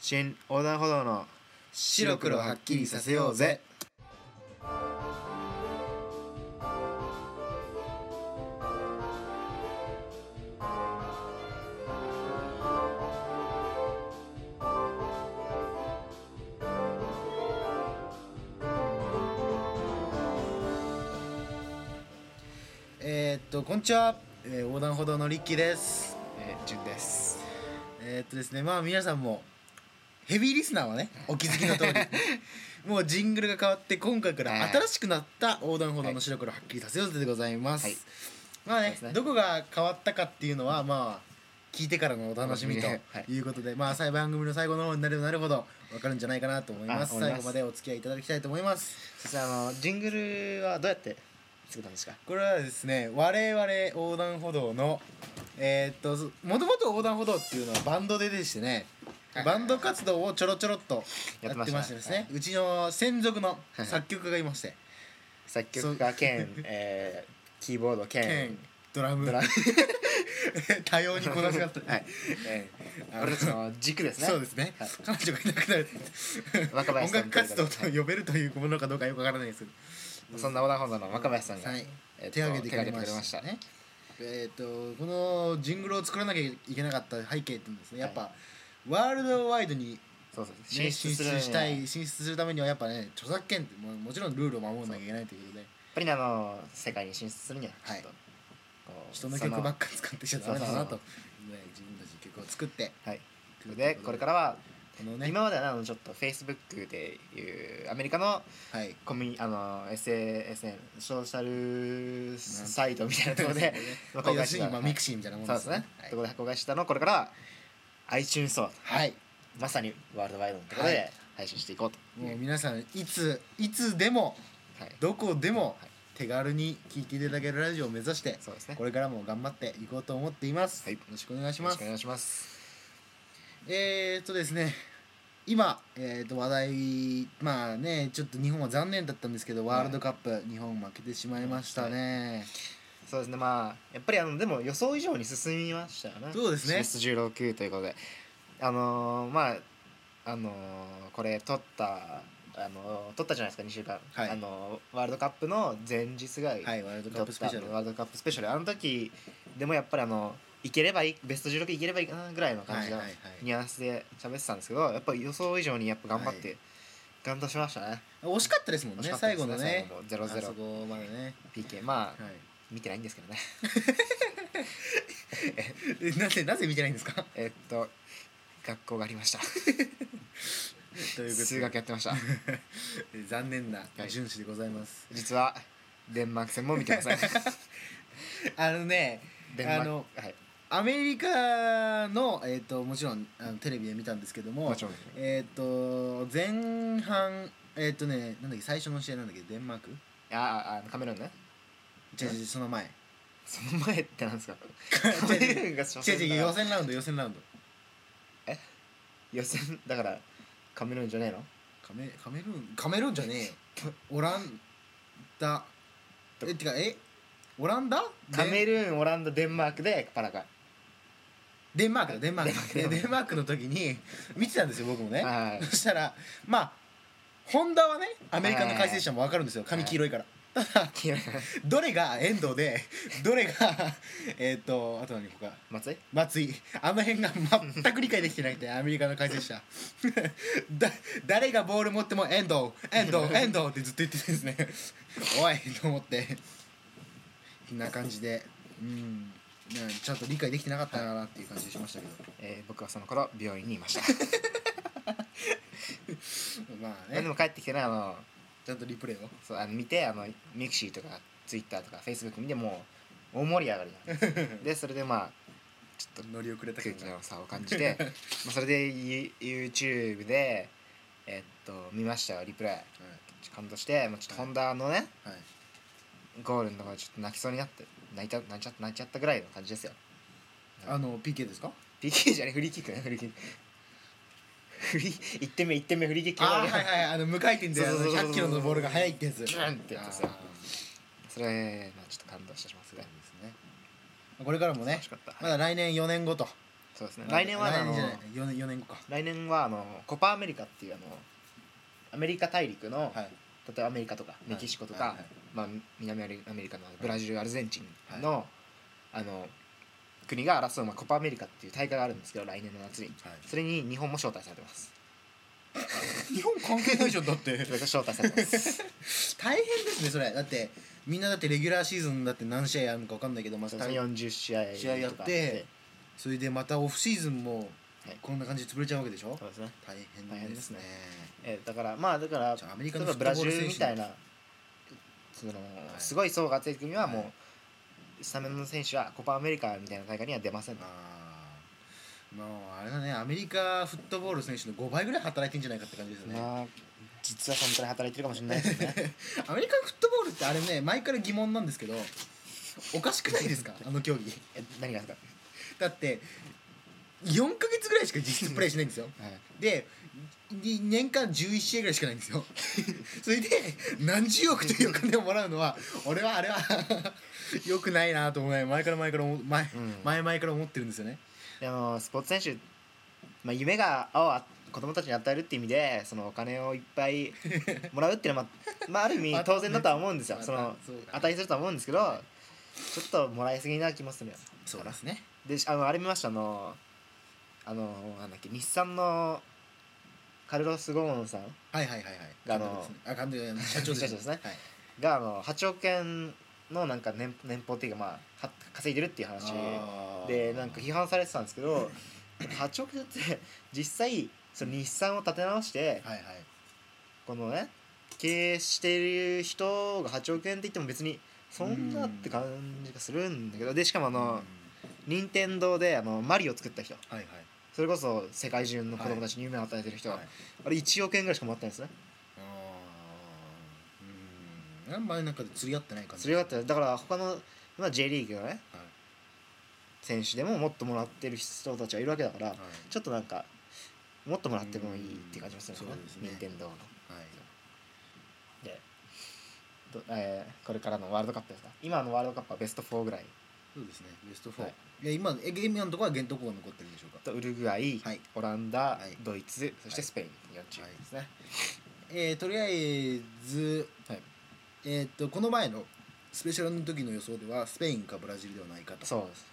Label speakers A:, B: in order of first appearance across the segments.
A: 新横断歩道の白黒はっきりさせようぜ
B: えー、っとこんにちは、えー、横断歩道のリッキーです
A: えー、順です
B: えー、っとですねまあ皆さんもヘビーリスナーはねお気づきの 通りもうジングルが変わって今回から
A: はい
B: 新しくなった横断歩道の白黒はっきりさせようぜでございます、
A: はい
B: まあ
A: そう
B: ね
A: ですね
B: どこが変わったかっていうのはまあ聞いてからのお楽しみ と
A: はい
B: いうことで、まあ最後番組の最後の方になればなるほど分かるんじゃないかなと思います
A: あ思い
B: 最
A: ます
B: 後までお付き合いいただきたいと思います
A: そしてあのジングルはどうやって作ったんですか
B: これはですね我々横断歩道のえーっとそもともと横断歩道っていうのはバンドででしてね
A: はい
B: バンド活動をちょろちょろっとや
A: や
B: っ
A: ってて
B: ま
A: ましたね
B: してですね、
A: はいう
B: ちの専属の
A: い
B: 作曲家がいまして、
A: 作曲家 兼、えー、キーボード兼
B: 兼ドラム
A: ドラム
B: 多様にこなしがった、
A: はい、えー、
B: あの
A: 俺たちの軸ですね
B: そうですね、
A: はい
B: 彼女がいなくなる
A: 若林
B: 音
A: さん
B: 楽活動と
A: は
B: 呼べるというものかどうかよくわからないですけど
A: そんなオナホンダの若林さんが、
B: はい
A: えっと
B: 手を挙げてくれ
A: 手を挙げてくれ
B: ま
A: ま
B: し
A: したた
B: ねえっ、とこのジングルを作らなきゃいけなかった背景っていうんですねやっぱ、
A: は
B: ワールドワイドに、ね、
A: そうそう
B: 進出
A: には
B: したい進出するためにはやっぱね著作権ってももちろんルールを守らなきゃいけないということで
A: やっぱりねあの世界に進出するにはちょっと、
B: は
A: こう
B: 人の曲ばっ
A: そ
B: か使ってちゃダメだなと、
A: そう
B: ね、自分たちで曲を作って
A: のはいそれでこれからは、
B: このね
A: 今まではあのちょっと Facebook でいうアメリカの
B: はい
A: コミュニあの SASN ソーシャルサイトみたいなところで
B: ま
A: まあ公
B: あ要
A: 開
B: す
A: して
B: るにまあ
A: た
B: ミクシーみたいなもん
A: そうですね、ところで公開したのをこれからは iTunes ストア
B: はい、はい
A: まさにワールドワイドのところ
B: はい
A: で配信していこうと
B: もう皆さんいついつでも
A: はい、
B: どこでも
A: はい
B: 手軽に聴いていただけるラジオを目指して
A: そうですね
B: これからも頑張っていこうと思っています、
A: はい
B: よろしくお願いし
A: よろし
B: ます
A: くお願いします
B: えー、っとですね今、えー、と話題まあねちょっと日本は残念だったんですけど、
A: はい
B: ワールドカップ日本負けてしまいましたね、
A: そうですねまあやっぱりあのでも予想以上に進みましたよね
B: そうですね
A: 進出16ということであのーまああのーこれ取ったあのー取ったじゃないですか2週間、
B: はい
A: あのーワールドカップの前日が、
B: はいワールドカップスペシャル
A: ワールドカップスペシャルあの時でもやっぱりあのいければいいベスト16いければいいかなぐらいの感じの
B: はいはいはい
A: ニュアンスで喋ってたんですけどやっぱ予想以上にやっぱ頑張って、頑張しましたね
B: 惜しかったですもん
A: 惜
B: ね
A: しかったで
B: 最
A: す
B: 後のね
A: 最後も
B: あそ
A: 0-0
B: こまでね、
A: PK まあ、
B: は
A: 見てないんですけどね
B: い、 えなぜなぜ見てないんですか
A: えっと学校がありました
B: ということで
A: 数学やってました
B: 残念な
A: はい
B: 順守でございます、
A: 実はデンマーク戦も見てま せん
B: あのね
A: デンマーク
B: あの
A: はい
B: アメリカの、えー、ともちろんあのテレビで見たんですけども
A: もちろん
B: えっ、と前半えっ、とねなんだっけ最初の試合なんだっけデンマーク
A: あああのカメルーンね
B: 違う違うその前違
A: その前ってなんです かカ
B: う
A: メル
B: 違
A: ーンが初
B: う違う違う
A: 戦
B: 予
A: だ
B: 選ラウンド予選ラウンド
A: 予選だからカメルーンじゃねえの
B: カメカメルーンカメルーンじゃねえよオランダえてかえオランダ
A: カメ
B: ル
A: ルーンオランダデンマークでパラカ
B: デンマークだデンマーク
A: デンマーク
B: でデンマークの時に見てたんですよ僕もね
A: はい
B: そしたらまあホンダはねアメリカの解説者も分かるんですよ髪黄色いからただどれが遠藤でどれがえっとあと何他
A: 松井
B: 松井あの辺が全く理解できてなくてアメリカの解説者 だ誰がボール持っても遠藤遠 藤遠藤ってずっと言っててですねおいと思ってこんな感じでうんねちゃんと理解できてなかったなっていう感じがしましたけど
A: えー僕はその頃病院にいました、
B: まあ
A: で
B: ね
A: も帰ってきてねあの
B: ちゃんとリプレイ を
A: そうあの見てあのミクシーとかツイッターとかフェイスブック見てもう大盛り上がりなんですでそれでまあちょっ
B: 乗り遅れ
A: と
B: たけ
A: 空
B: ど
A: 気の差を感じ てまあそれで You- YouTube でえっと見ましたよリプレイ感動してもうちょっとホンダのね
B: はい、はい
A: ゴールのところでちょっと泣きそうになって泣いた泣いちゃった泣いちゃったぐらいの感じですよ
B: あの PK ですか
A: PK じゃねフリーキックねフリーキック フリー1点目1点目フリーキック
B: あーはいはいあの無回転であの
A: そうそうそうそう
B: 100キロのボールが速いってやつ
A: ギュンってやつですよ
B: あー
A: それ、まあ、ちょっと感動してしまいます
B: そうで
A: ね
B: すねこれからもね
A: 楽しかった
B: まだ来年4年後と
A: そうですね来年はあ
B: 来
A: の
B: 年じゃない4年四年後か
A: 来年はあのコパアメリカっていうあのアメリカ大陸の、
B: はい
A: 例えばアメリカとかメキシコとか、
B: はいはい
A: まあ、南アメリカのブラジル、アルゼンチンの,、あの国が争う、まあ、コパアメリカっていう大会があるんですけど来年の夏に
B: はい
A: それに日本も招待されて ます
B: 日本関係ないじゃんだって
A: それが招待されてます
B: 大変ですねそれだってみんなだってレギュラーシーズンだって何試合あるのか分かんないけどまあ
A: そうそう40試合とか
B: 試合やってそれでまたオフシーズンも
A: い
B: こんな感じで潰れちゃうわけでしょ
A: そうですね、
B: 大
A: 大
B: 変
A: 変
B: で
A: ですす
B: ね
A: ねえーだからまあだから
B: じゃあアメリカの
A: 例えばブラジルみたい
B: フットボール選手
A: なその、すごい層が厚い組はもう、
B: は
A: スタメンの選手はコパアメリカみたいな大会には出ませんね
B: あーもうあれだねアメリカフットボール選手の5倍ぐらい働いてんじゃないかって感じですよね
A: まあ実は本当に働いてるかもしれない ですよね
B: アメリカンフットボールってあれね前から疑問なんですけどおかしくないですかあの競技
A: え何がですか、
B: だって4ヶ月ぐらいしか実質プレーしないんですよでに年間11試合ぐらいしかないんですよ それで何十億というお金をもらうのは俺はあ れは良くないなと思い前から前から思う前,、
A: ん
B: 前々から思ってるんですよね
A: であのスポーツ選手、まあ、夢がをあ子供たちに与えるって意味でそのお金をいっぱいもらうっていうのは、まあ、まあ、ある 意味当然だとは思うんですよ
B: まあ
A: その
B: そうだね
A: 値するとは思うんですけどちょっともらいすぎな気もするよ
B: そうですね
A: でしあのあれ見ましたあのあのなんだっけ日産のカルロス・ゴーンさん
B: はいはいはいはい
A: あの
B: あ監督社長です
A: 社長ですね
B: はい
A: があの8億円のなんか年年俸っていうかまあは稼いでるっていう話
B: あー
A: でなんか批判されてたんですけど 8億円って実際その日産を立て直して
B: はいはい
A: このね経営してる人が8億円って言っても別にそんなって感じがするんだけどでしかもあ
B: うんは
A: の任天堂であのマリオ作った人
B: いはい
A: それこそ世界中の子供たちに夢を与えてる人、
B: はい
A: あれ1億円ぐらいしかもらってないんですね
B: あーうんあんまりなんか釣り合ってない感じ
A: それがあっただから他の、まあ、J リーグのね
B: はい
A: 選手でももっともらってる人たちはいるわけだから、
B: はい
A: ちょっとなんかもっともらってもいいって感じもするよ
B: う
A: ね
B: んそうですね
A: 任天堂の
B: はい
A: でど、えーこれからのワールドカップですか今のワールドカップはベスト4ぐらい
B: そうですねベスト4、
A: はい
B: い、や今えゲームのところは現とこが残ってるんでしょうか
A: とウルグアイ、
B: はい
A: オランダ、
B: はい
A: ドイツそしてスペイン4チームですね、
B: えー、とりあえず、
A: はい
B: えー、とこの前のスペシャルの時の予想ではスペインかブラジルではないかと
A: そうです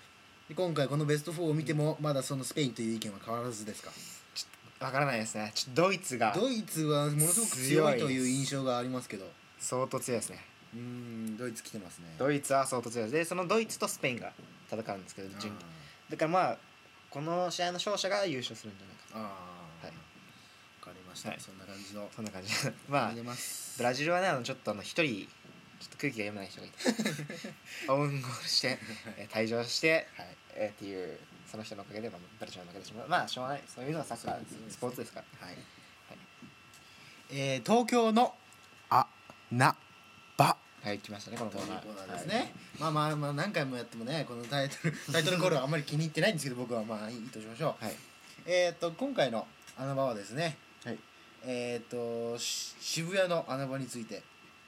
B: で今回このベスト4を見てもまだそのスペインという意見は変わらずですか
A: わからないですねちょドイツが
B: ドイツはものすごく強いという印象がありますけど
A: 相当強いですね
B: うーんドイツ来てますね
A: ドイツは相当強いですでそのドイツとスペインが戦うんですけど
B: あー
A: 準だからまあこの試合の勝者が優勝するんじゃないか
B: あー、
A: はい
B: 分かりました、
A: はい
B: そんな感じの
A: とそんな感じ まあ
B: 見れます
A: ブラジルはねあのちょっとあの一人ちょっと空気が読めない人がいてオウンゴールして、えー退場して、
B: はい
A: えーっていうその人のおかげで、まあ、ブラジルは負けてしまうまあしょうがないそういうのはサッカー
B: そうですね
A: スポーツですから
B: はい、えー東京のあなば
A: はい来ましたねこのコ
B: という
A: ーナー
B: コーナーですね、まあまあまあ何回もやってもねこのタイト ルタイトルコールはあんまり気に入ってないんですけど僕はまあいいとしましょう
A: はい、
B: えっ、と今回の穴場はですね
A: はい
B: えっ、とし渋谷の穴場について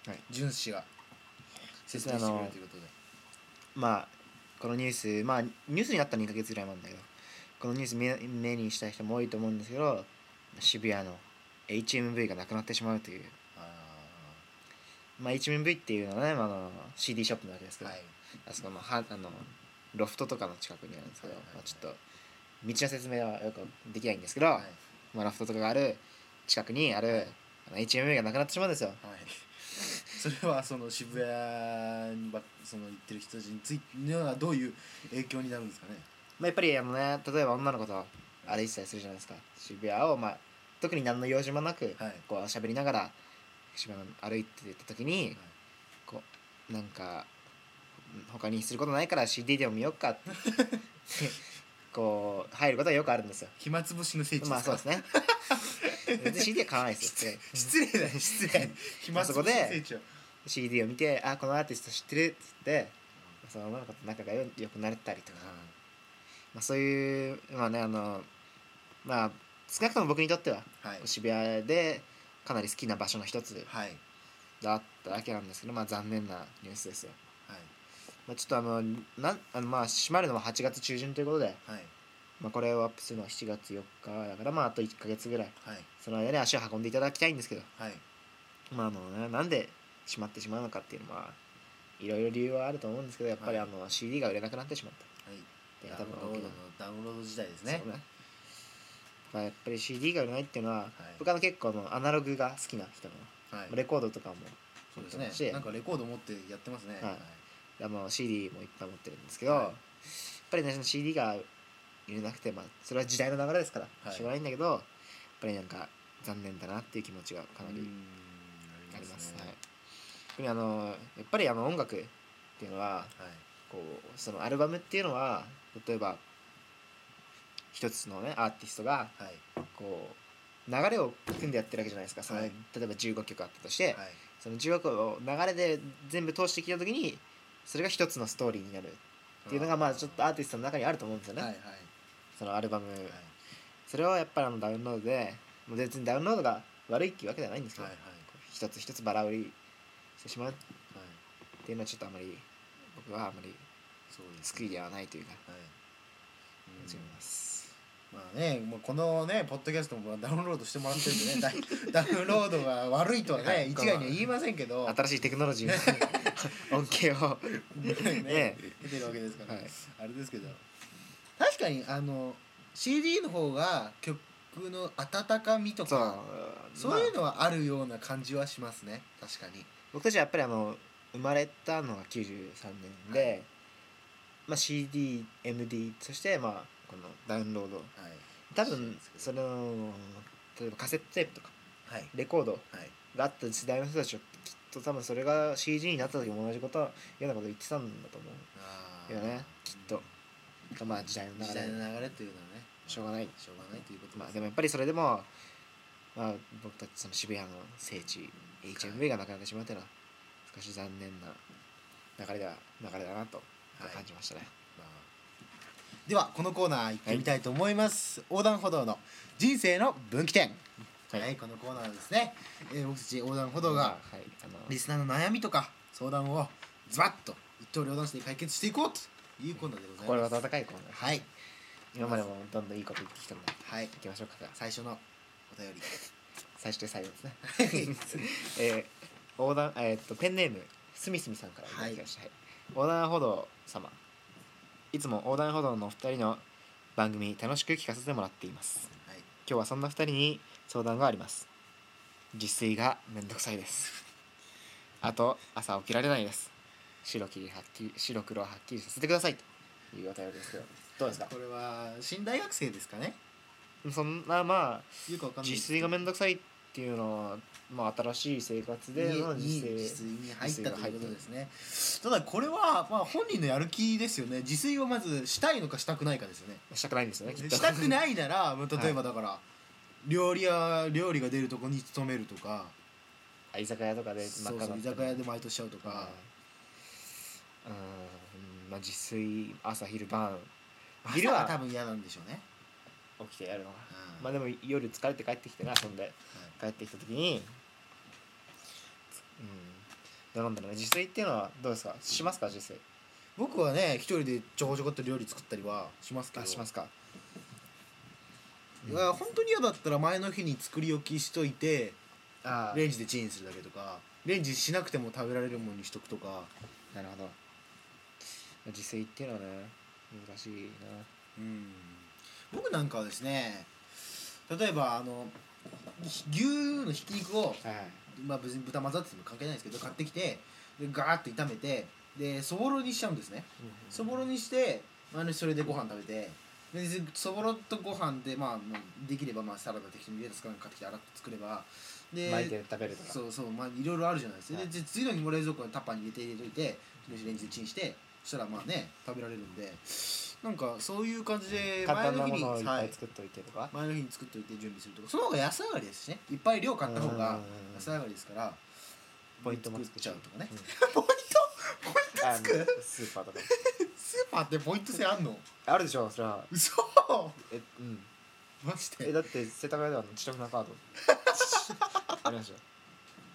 A: はい
B: 純氏が説明してくれるということで
A: まあこのニュースまあニュースになった2ヶ月ぐらい前なんだけどこのニュース目目にした人も多いと思うんですけど渋谷の HMV がなくなってしまうという
B: あ
A: まあ HMV っていうのはね、まあ、あの CD ショップなわけですけ
B: ー
A: ど、
B: はい
A: あそこのはあのロフトとかの近くにあるんですけど、
B: はいはいはい
A: まあ、ちょっと道の説明はよくできないんですけど、
B: はい
A: まあ、ロフトとかがある近くにある、あの HMV がなくなってしまうんですよ
B: はいそれはその渋谷にばその行ってる人たちについてにはどういう影響になるんですかね
A: まあ、やっぱりあのね例えば女の子と歩いてたりするじゃないですか渋谷を、まあ、特に何の用事もなく、
B: はい
A: こう喋りながら渋谷を歩いてた時に、こうなんか他にすることないから CD でも見よっ かってこう入ることはよくあるんです よ
B: 暇つぶしの聖地です
A: ま
B: か
A: あそうですねで CD は買わないですよ
B: 失礼だよ失礼暇つぶしの聖地を
A: CD を見て「あこのアーティスト知ってる」っつってその女の子と仲がよよくなれたりとか、まあ、そういうまあねあのまあ少なくとも僕にとっては
B: はい
A: 渋谷でかなり好きな場所の一つ
B: はい
A: だったわけなんですけどまあ残念なニュースですよ、
B: はい
A: まあ、ちょっとあのなんあのまあ閉まるのは8月中旬ということで
B: はい
A: まあ、これをアップするのは7月4日だからまああと1か月ぐらい
B: はい
A: その間に足を運んでいただきたいんですけど
B: はい
A: まああのねなんで閉まってしまうのかっていうのはいろいろ理由はあると思うんですけどやっぱり
B: は
A: あ
B: い
A: の CD が売れなくなってしまっ
B: は
A: た
B: い
A: っていう
B: ダ
A: 多
B: ウンロー
A: 分大
B: ド
A: き
B: の
A: な
B: ダウンロード時代です
A: ね
B: ね。
A: まあ、やっぱり CD が売れないっていうのは、僕は結構あのアナログが好きな人な
B: はい
A: のレコードとかも
B: そうで
A: だ
B: す
A: し
B: ねなんかレコード持ってやってますね
A: い
B: はい
A: あの CD もいっぱい持ってるんですけど、
B: はい
A: やっぱりねその CD が売れなくて、まあ、それは時代の流れですから、
B: はい
A: しょうがないんだけどやっぱりなんか残念だなっていう気持ちがかな
B: うー
A: り
B: ん
A: あ
B: あ
A: り
B: り
A: ま
B: ますすね
A: はい、特にあのやっぱりあの音楽っていうのは
B: はい
A: こうそのアルバムっていうのは例えば一つのねアーティストが
B: はい
A: こう流れを組んでやってるわけじゃないですかその、
B: はい
A: 例えば15曲あったとして、
B: はい
A: その15曲を流れで全部通してきた時にそれが一つのストーリーになるっていうのがまあちょっとアーティストの中にあると思うんですよね、
B: はいはい
A: そのアルバム、
B: はい
A: それをやっぱりあのダウンロードでもう別にダウンロードが悪いっていうわけではないんですけど、
B: はいはい
A: 一つ一つバラ売りしてしまうっ
B: はい
A: ていうのはちょっとあまり僕はあまり
B: そうです
A: 救いではないというか
B: はいうん
A: 違います、
B: まあね、もうこのね、ポッドキャストもダウンロードしてもらってるんでね、ダダウンロ ードが悪いとは
A: は
B: ね、
A: い
B: 一概には言いませんけど、
A: 新しいテクノロジー の恩恵を、は
B: ね
A: ね
B: 出てるわけですから、
A: い、
B: あれですけど、確かにあの CD の方が曲の温かみと
A: そう
B: か、そういう
A: まあ
B: のはあるような感じはしますね、確かに。
A: 僕たちはやっぱりあの生まれたのが93年で、
B: はい
A: まあ、CDMD そしてまあこのダウンロード
B: はい。
A: 多分その例えばカセットテープとか
B: はい。
A: レコード
B: はい。
A: があった時代の人たちはきっと多分それが CG になった時も同じことようなこと言ってたんだと思
B: あ
A: うよねきっとまあ時代の
B: 時
A: 流
B: 代
A: れ
B: の流れというのはね、
A: しょうがない
B: しょうがないということ
A: まあ
B: す
A: でもやっぱりそれでもまあ僕たちその渋谷の聖地 HMV がなくなってしまうというのは少し残念な流れだ流れだなと
B: はい
A: 感じましたね、
B: ではこのコーナー行ってみたいと思います、横断歩道の人生の分岐点は、
A: はいい
B: このコーナーはですね、えー僕たち横断歩道が
A: はいあの
B: リスナーの悩みとか相談をズバッと一刀両断して解決していこうというコーナーでござい
A: 心
B: ます
A: 温かいコーナー
B: はい
A: 今までもどんどんいいこと言ってきたので
B: はい
A: 行きましょうかじゃあ
B: 最初のお便り
A: 最初で最後ですね えー、横断えーっとペンネームすみすみさんからいただきました、はい横断歩道様いつも横断歩道のお二人の番組楽しく聞かせてもらっています
B: はい
A: 今日はそんな二人に相談があります自炊がめんどくさいですあと朝起きられないです白きりはっきり白黒ははっきりさせてくださいというお便りですけどどうですか
B: これは新大学生ですかね
A: そんなまあ
B: よくわかんない
A: 自炊がめんどくさいっていうのは、まあ、新しい生活での
B: に
A: 自
B: に
A: 炊
B: 自炊に入ったということですねただこれは、まあ、本人のやる気ですよね自炊をまずしたいのかしたくないかですよね
A: したくないんですよねきっと
B: したくないな らまあ例えばだから、料理屋料理が出るとこに勤めるとか
A: あ居酒屋とかで
B: そ
A: 真っ
B: うそ
A: 赤
B: う居
A: になっ
B: 酒
A: たり
B: 屋でバイトしちゃうと
A: うん
B: か、
A: うんまあ自炊朝昼晩
B: 昼
A: 昼
B: は
A: は
B: 多分嫌なんでしょうね、
A: 起きてやるのが、
B: うん
A: まあでも夜疲れて帰ってきてね遊んで帰ってきた時にうんなんだろうね自炊っていうのはどうですかしますか自炊
B: 僕はね一人でちょこちょこっと料理作ったりはしますけど
A: あしますか
B: いや本当に嫌だったら前の日に作り置きしといて
A: ああ
B: レンジでチンするだけとかレンジしなくても食べられるものにしとくとか
A: なるほど自炊っていうのはね難しいな
B: うん僕なんかはですね例えばあのひ牛のひき肉を
A: はい
B: まあ別に豚まざってても関係ないですけど買ってきてでガーッと炒めてでそぼろにしちゃうんですねそぼろにしてあのそれでご飯食べてでそぼろとご飯でまあもうできればまあサラダ適当にレタスかなんか買ってきて洗って作ればで
A: 巻いて食べるとか
B: そうそうまあいろいろあるじゃないですか、
A: はい
B: でじ次の日も冷蔵庫にタッパーに入れて入れといてレンジでチンしてそしたらまあね食べられるんでなんかそういう感じで
A: 簡
B: 前
A: 単な
B: の日
A: も
B: に
A: のをいっ
B: は
A: ぱ
B: い
A: い作っといてとか、
B: 前の日に作っといて準備するとかその方が安上がりですしねいっぱい量買った方
A: う
B: が
A: ん
B: 安上がりですから
A: ポイントも
B: 作っちゃうとかね、
A: うん
B: ポイントポイント
A: あ
B: つく
A: のスーパーとか
B: スーパーってポイント制あんの
A: あるでしょそれは
B: 嘘
A: えうん
B: マジ
A: え
B: で
A: だって世田谷ではあの自宅の カードありましたよ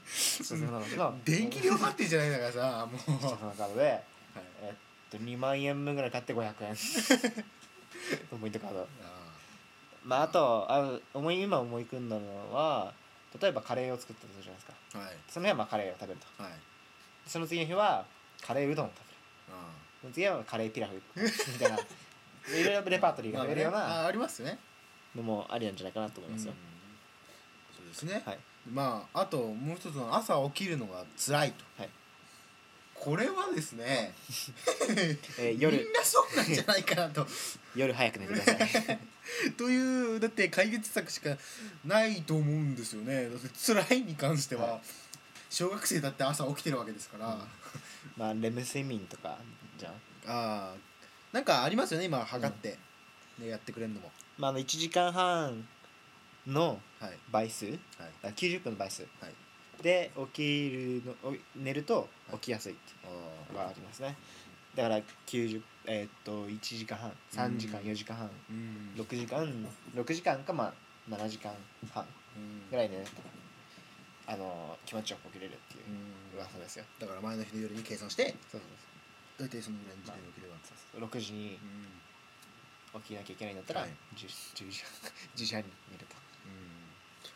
A: 自宅のカードが
B: 電気量販店じゃないんだからさもう、
A: 自宅のカードでえっと2万円分ぐらい買って500円思いとかあと
B: あ
A: まああとあ思い今思い組んだのは例えばカレーを作ったとするじゃないですか
B: ーはい
A: その日はまあカレーを食べると
B: はい
A: その次の日はカレーうどんを食べる
B: あ
A: その次はカレーピラフみたいないろいろレパートリー
B: ー
A: が
B: まあ
A: 増え
B: ね
A: るよう
B: あ
A: な
B: ーありますね
A: のもありなんじゃないかなと思いますよ、
B: うんそうですね、
A: はい
B: まああともう一つの朝起きるのが辛いと、
A: はい
B: これはですね
A: えー
B: み
A: 夜
B: んなそうなんじゃないかなと
A: 夜早く寝てください
B: というだって解決策しかないと思うんですよねだって辛いに関しては、
A: は
B: 小学生だって朝起きてるわけですから、
A: うんまあレム睡眠とかじゃん
B: あーなんかありますよね今測って、ねやってくれるのも
A: まあ、あの1時間半の
B: はい
A: 倍数だか
B: はい
A: ら90分の倍数
B: はい
A: で起きるのお寝ると起きやすいっていうのが
B: あ
A: ありますねだから90えーっと1時間半3時間4時間半
B: ーうん
A: 6時間6時間かまあ7時間半
B: うん
A: ぐらい寝ないとあの気持ちよく起きれるっていう
B: うん
A: 噂ですよ
B: だから前の日の夜に計算して
A: そう
B: 大体そのぐらいの時間に起きれば、
A: そうそう6時に
B: うん
A: 起きなきゃいけないんだったら
B: はい
A: 10 10時 半10時半に寝ると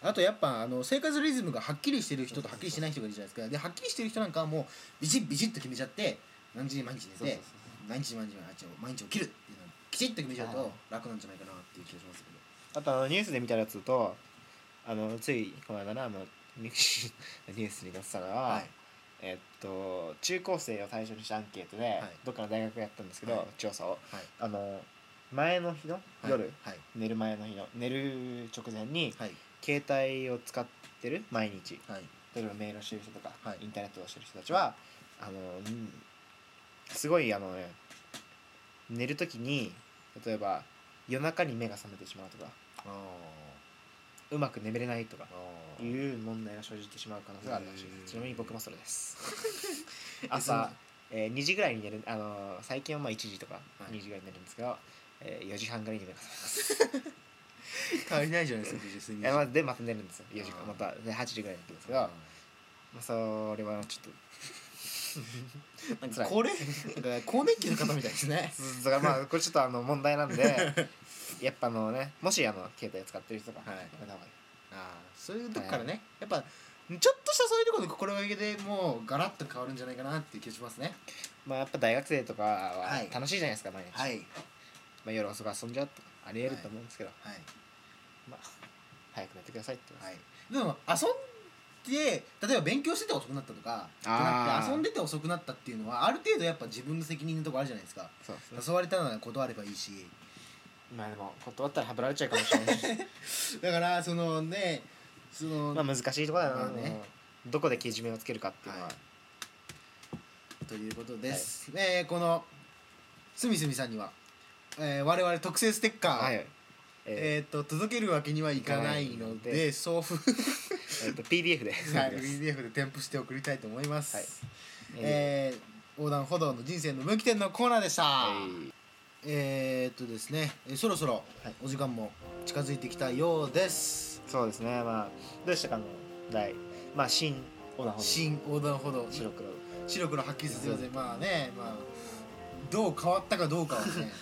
B: あとやっぱあの生活リズムがはっきりしてる人とはっきりしてない人がいるじゃないですかではっきりしてる人なんかはもうビチッビチッと決めちゃって何時に毎日
A: そう
B: 寝
A: そう
B: て
A: そう
B: 何時に毎日毎日毎日起きるっていうのをきちっと決めちゃう
A: はい
B: と楽なんじゃないかなっていう気がしますけ
A: あとあのニュースで見たやつとあのついこの間なあのミクシーのニュー スに載ってたのは、
B: どはい
A: えっと中高生を対象にしたアンケートで、
B: い
A: どっかの大学がやったんですけど、
B: はい
A: 調査を
B: はい
A: あの前の日の夜、
B: はい
A: 寝る前の日の寝る直前に
B: はい
A: 携帯を使ってる毎日
B: はい
A: 例えばメールをしてる人とか、
B: はい
A: インターネットをしてる人たちはあのうんすごいあのね寝る時に例えば夜中に目が覚めてしまうとか
B: あー
A: うまく眠れないとか
B: あー
A: いう問題が生じてしまう可能性があるらしいで
B: へー
A: すちなみに僕もそれです 朝、えー2時ぐらいに寝る、あのー最近はまあ1時とか
B: い
A: 2時ぐらいに寝るんですけど、えー4時半ぐらいに寝ます、
B: 足りないじゃないですか実質に
A: えーまあでまた寝るんですよ4時
B: あー
A: またで8時ぐらいに寝るんですけど、
B: あ
A: まあ、それはちょっ
B: ーなんか
A: 辛い
B: これなんか更年期の方みたいですね
A: とずだからまあ これちょっとあの問題なんでやっぱあのねもしあの携帯を使ってる人が、
B: はい
A: やめた方がいい
B: ああそういうとこからね、やっぱちょっとしたそういうところの心がけでもうガラッと変わるんじゃないかなっていう気がしますね
A: まあやっぱ大学生とかは
B: はい
A: 楽しいじゃないですか毎日、
B: い
A: まあ、夜遅く遊んじゃうとかありえると思うんですけど、
B: はい
A: まあ早く寝てくださいって言います
B: はいでも遊んで例えば勉強してて遅くなったとかじゃな
A: あー
B: くて遊んでて遅くなったっていうのはある程度やっぱ自分の責任のとこあるじゃないですか
A: そうですね
B: 誘われたなら断ればいいし
A: まあでも断ったらはぶられちゃうかもしれないし
B: だからそのねそ の、
A: まあ難しいところだ
B: ま
A: な、
B: あね
A: もうどこでけじめをつけるかっていうのは、
B: はいということです、えーこのすみすみさんには、えー我々特製ステッカー、
A: はいえ
B: えー、と届けるわけにはいかないの
A: いかないの
B: で送付
A: ーえっと PDF で
B: はい、
A: 送ります
B: PDF で添付して送りたいと思います、
A: はいえ
B: えー横断歩道の人生の分岐点のコーナーでした、
A: ーはい
B: えー、っとですねえーそろそろ
A: はい
B: お時間も近づいてきたようです、
A: そうですねまあどうでしたかあの題まあ新オナホ
B: 新横断歩道
A: 白黒
B: 白黒はっきりさせようぜまあねまあどう変わったかどうかはね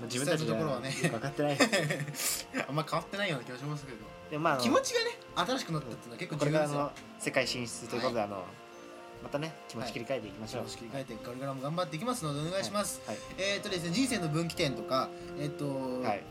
A: まあ自分たちで
B: 実際のところはね
A: よく分かってないです
B: あんま変わってないような気がしますけど
A: でもまああの
B: 気持ちがね新しくなったっていうのは結構
A: こ
B: 重
A: れ
B: 要
A: から
B: ですよ
A: の世界進出ということで、あのまたね気持ち切り替えていきましょう、
B: 切り替えてこれからも頑張っていきますのでお願いします、
A: はい
B: えー、っとですね人生の分岐点とかえーっと、
A: はい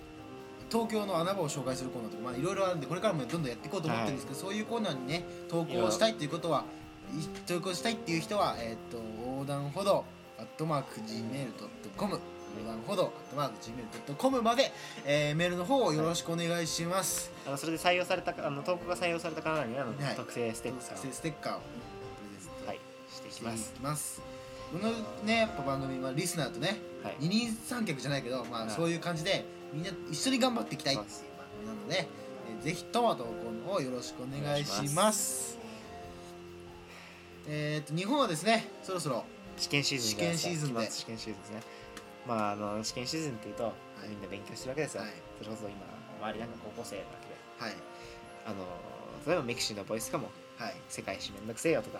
B: 東京の穴場を紹介するコーナーとかまあいろいろあるんでこれからもどんどんやっていこうと思ってるんですけど、そういうコーナーにね投稿したいっていうことはい投稿したいっていう人はえーっと横断歩道アットマーク Gmail.com 横断歩道アットマーク Gmail.com まで、えー、メールの方をよろしくお願いします、
A: あのそれで採用されたあの投稿が採用された方にはあの、
B: はい
A: 特製ステッカ
B: 特製
A: ー
B: ステッカーをプレゼン
A: を
B: ト、
A: はいしていきます
B: きますこのねやっぱ番組はリスナーとね
A: はい
B: 二人三脚じゃないけど、ま
A: は
B: あ、
A: い
B: そういう感じでみんな一緒に頑張っていきたいっていう
A: そう
B: 番組なので、えーぜひとも投稿の方よろしくお願いします
A: お願いし
B: えっと日本はですねそろそろ
A: 試験シーズンじゃないですか
B: 試験シーズンで
A: 期末試験シーズンですねまああの試験シーズンっていうと、
B: い
A: みんな勉強してるわけですよ、
B: はい
A: それこそ今周りなんか高校生だけで
B: はい
A: あの例えばメキシーのボイスかも
B: はい
A: 世界史めんどく せえよとか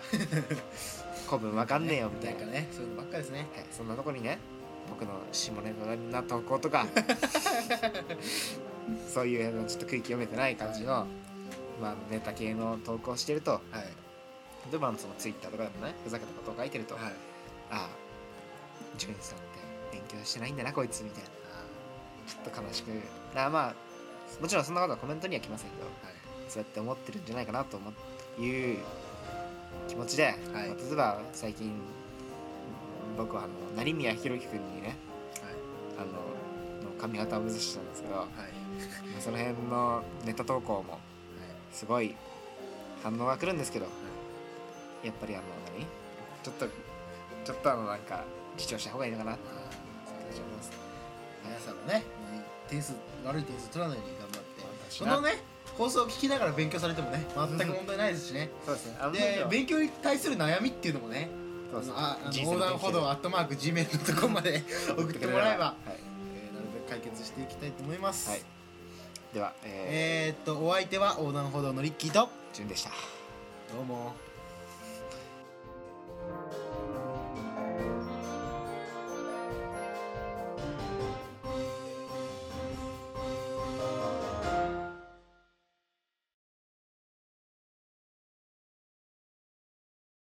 A: 古文わかんねえよみたいな
B: なんかねそういうのばっかですね
A: はい、そんなとこにね僕の下ネタな投稿と かそういうあのちょっと空気読めてない感じの、まあ、ネタ系の投稿してると
B: はい
A: 例えばそのツイッターとかでもねふざけたことを書いてると、
B: はい
A: ああ純次さんって勉強してないんだなこいつみたいなちょっと悲しくなまあもちろんそんなことはコメントには来ませんけどそうやって思ってるんじゃないかなと思ういう気持ちで、
B: はい
A: まあ例えば最近僕はあの成宮宏樹君にねあのの髪型を目指してたんですけど、ま
B: はいはいはい
A: あその辺のネタ投稿もすごい反応が来るんですけどやっぱりあの何ちょっとちょっとあのなんか主張した方がいいのかなって
B: あー
A: 思います
B: 皆さんもね点数悪い点数取らないように頑張って
A: 私
B: こ
A: な
B: のね放送を聞きながら勉強されてもね全く問題ないですしね
A: そうですねあの
B: で勉強に対する悩みっていうのもね
A: そうですね
B: ああの
A: 人生
B: 横断歩道アットマーク Gmail のとこまで 送って もらえば
A: は、い、
B: えーなるべく解決していきたいと思います、
A: はい、ではえ
B: えーっとお相手は横断歩道のリッキーと
A: ー、順でした
B: どうも。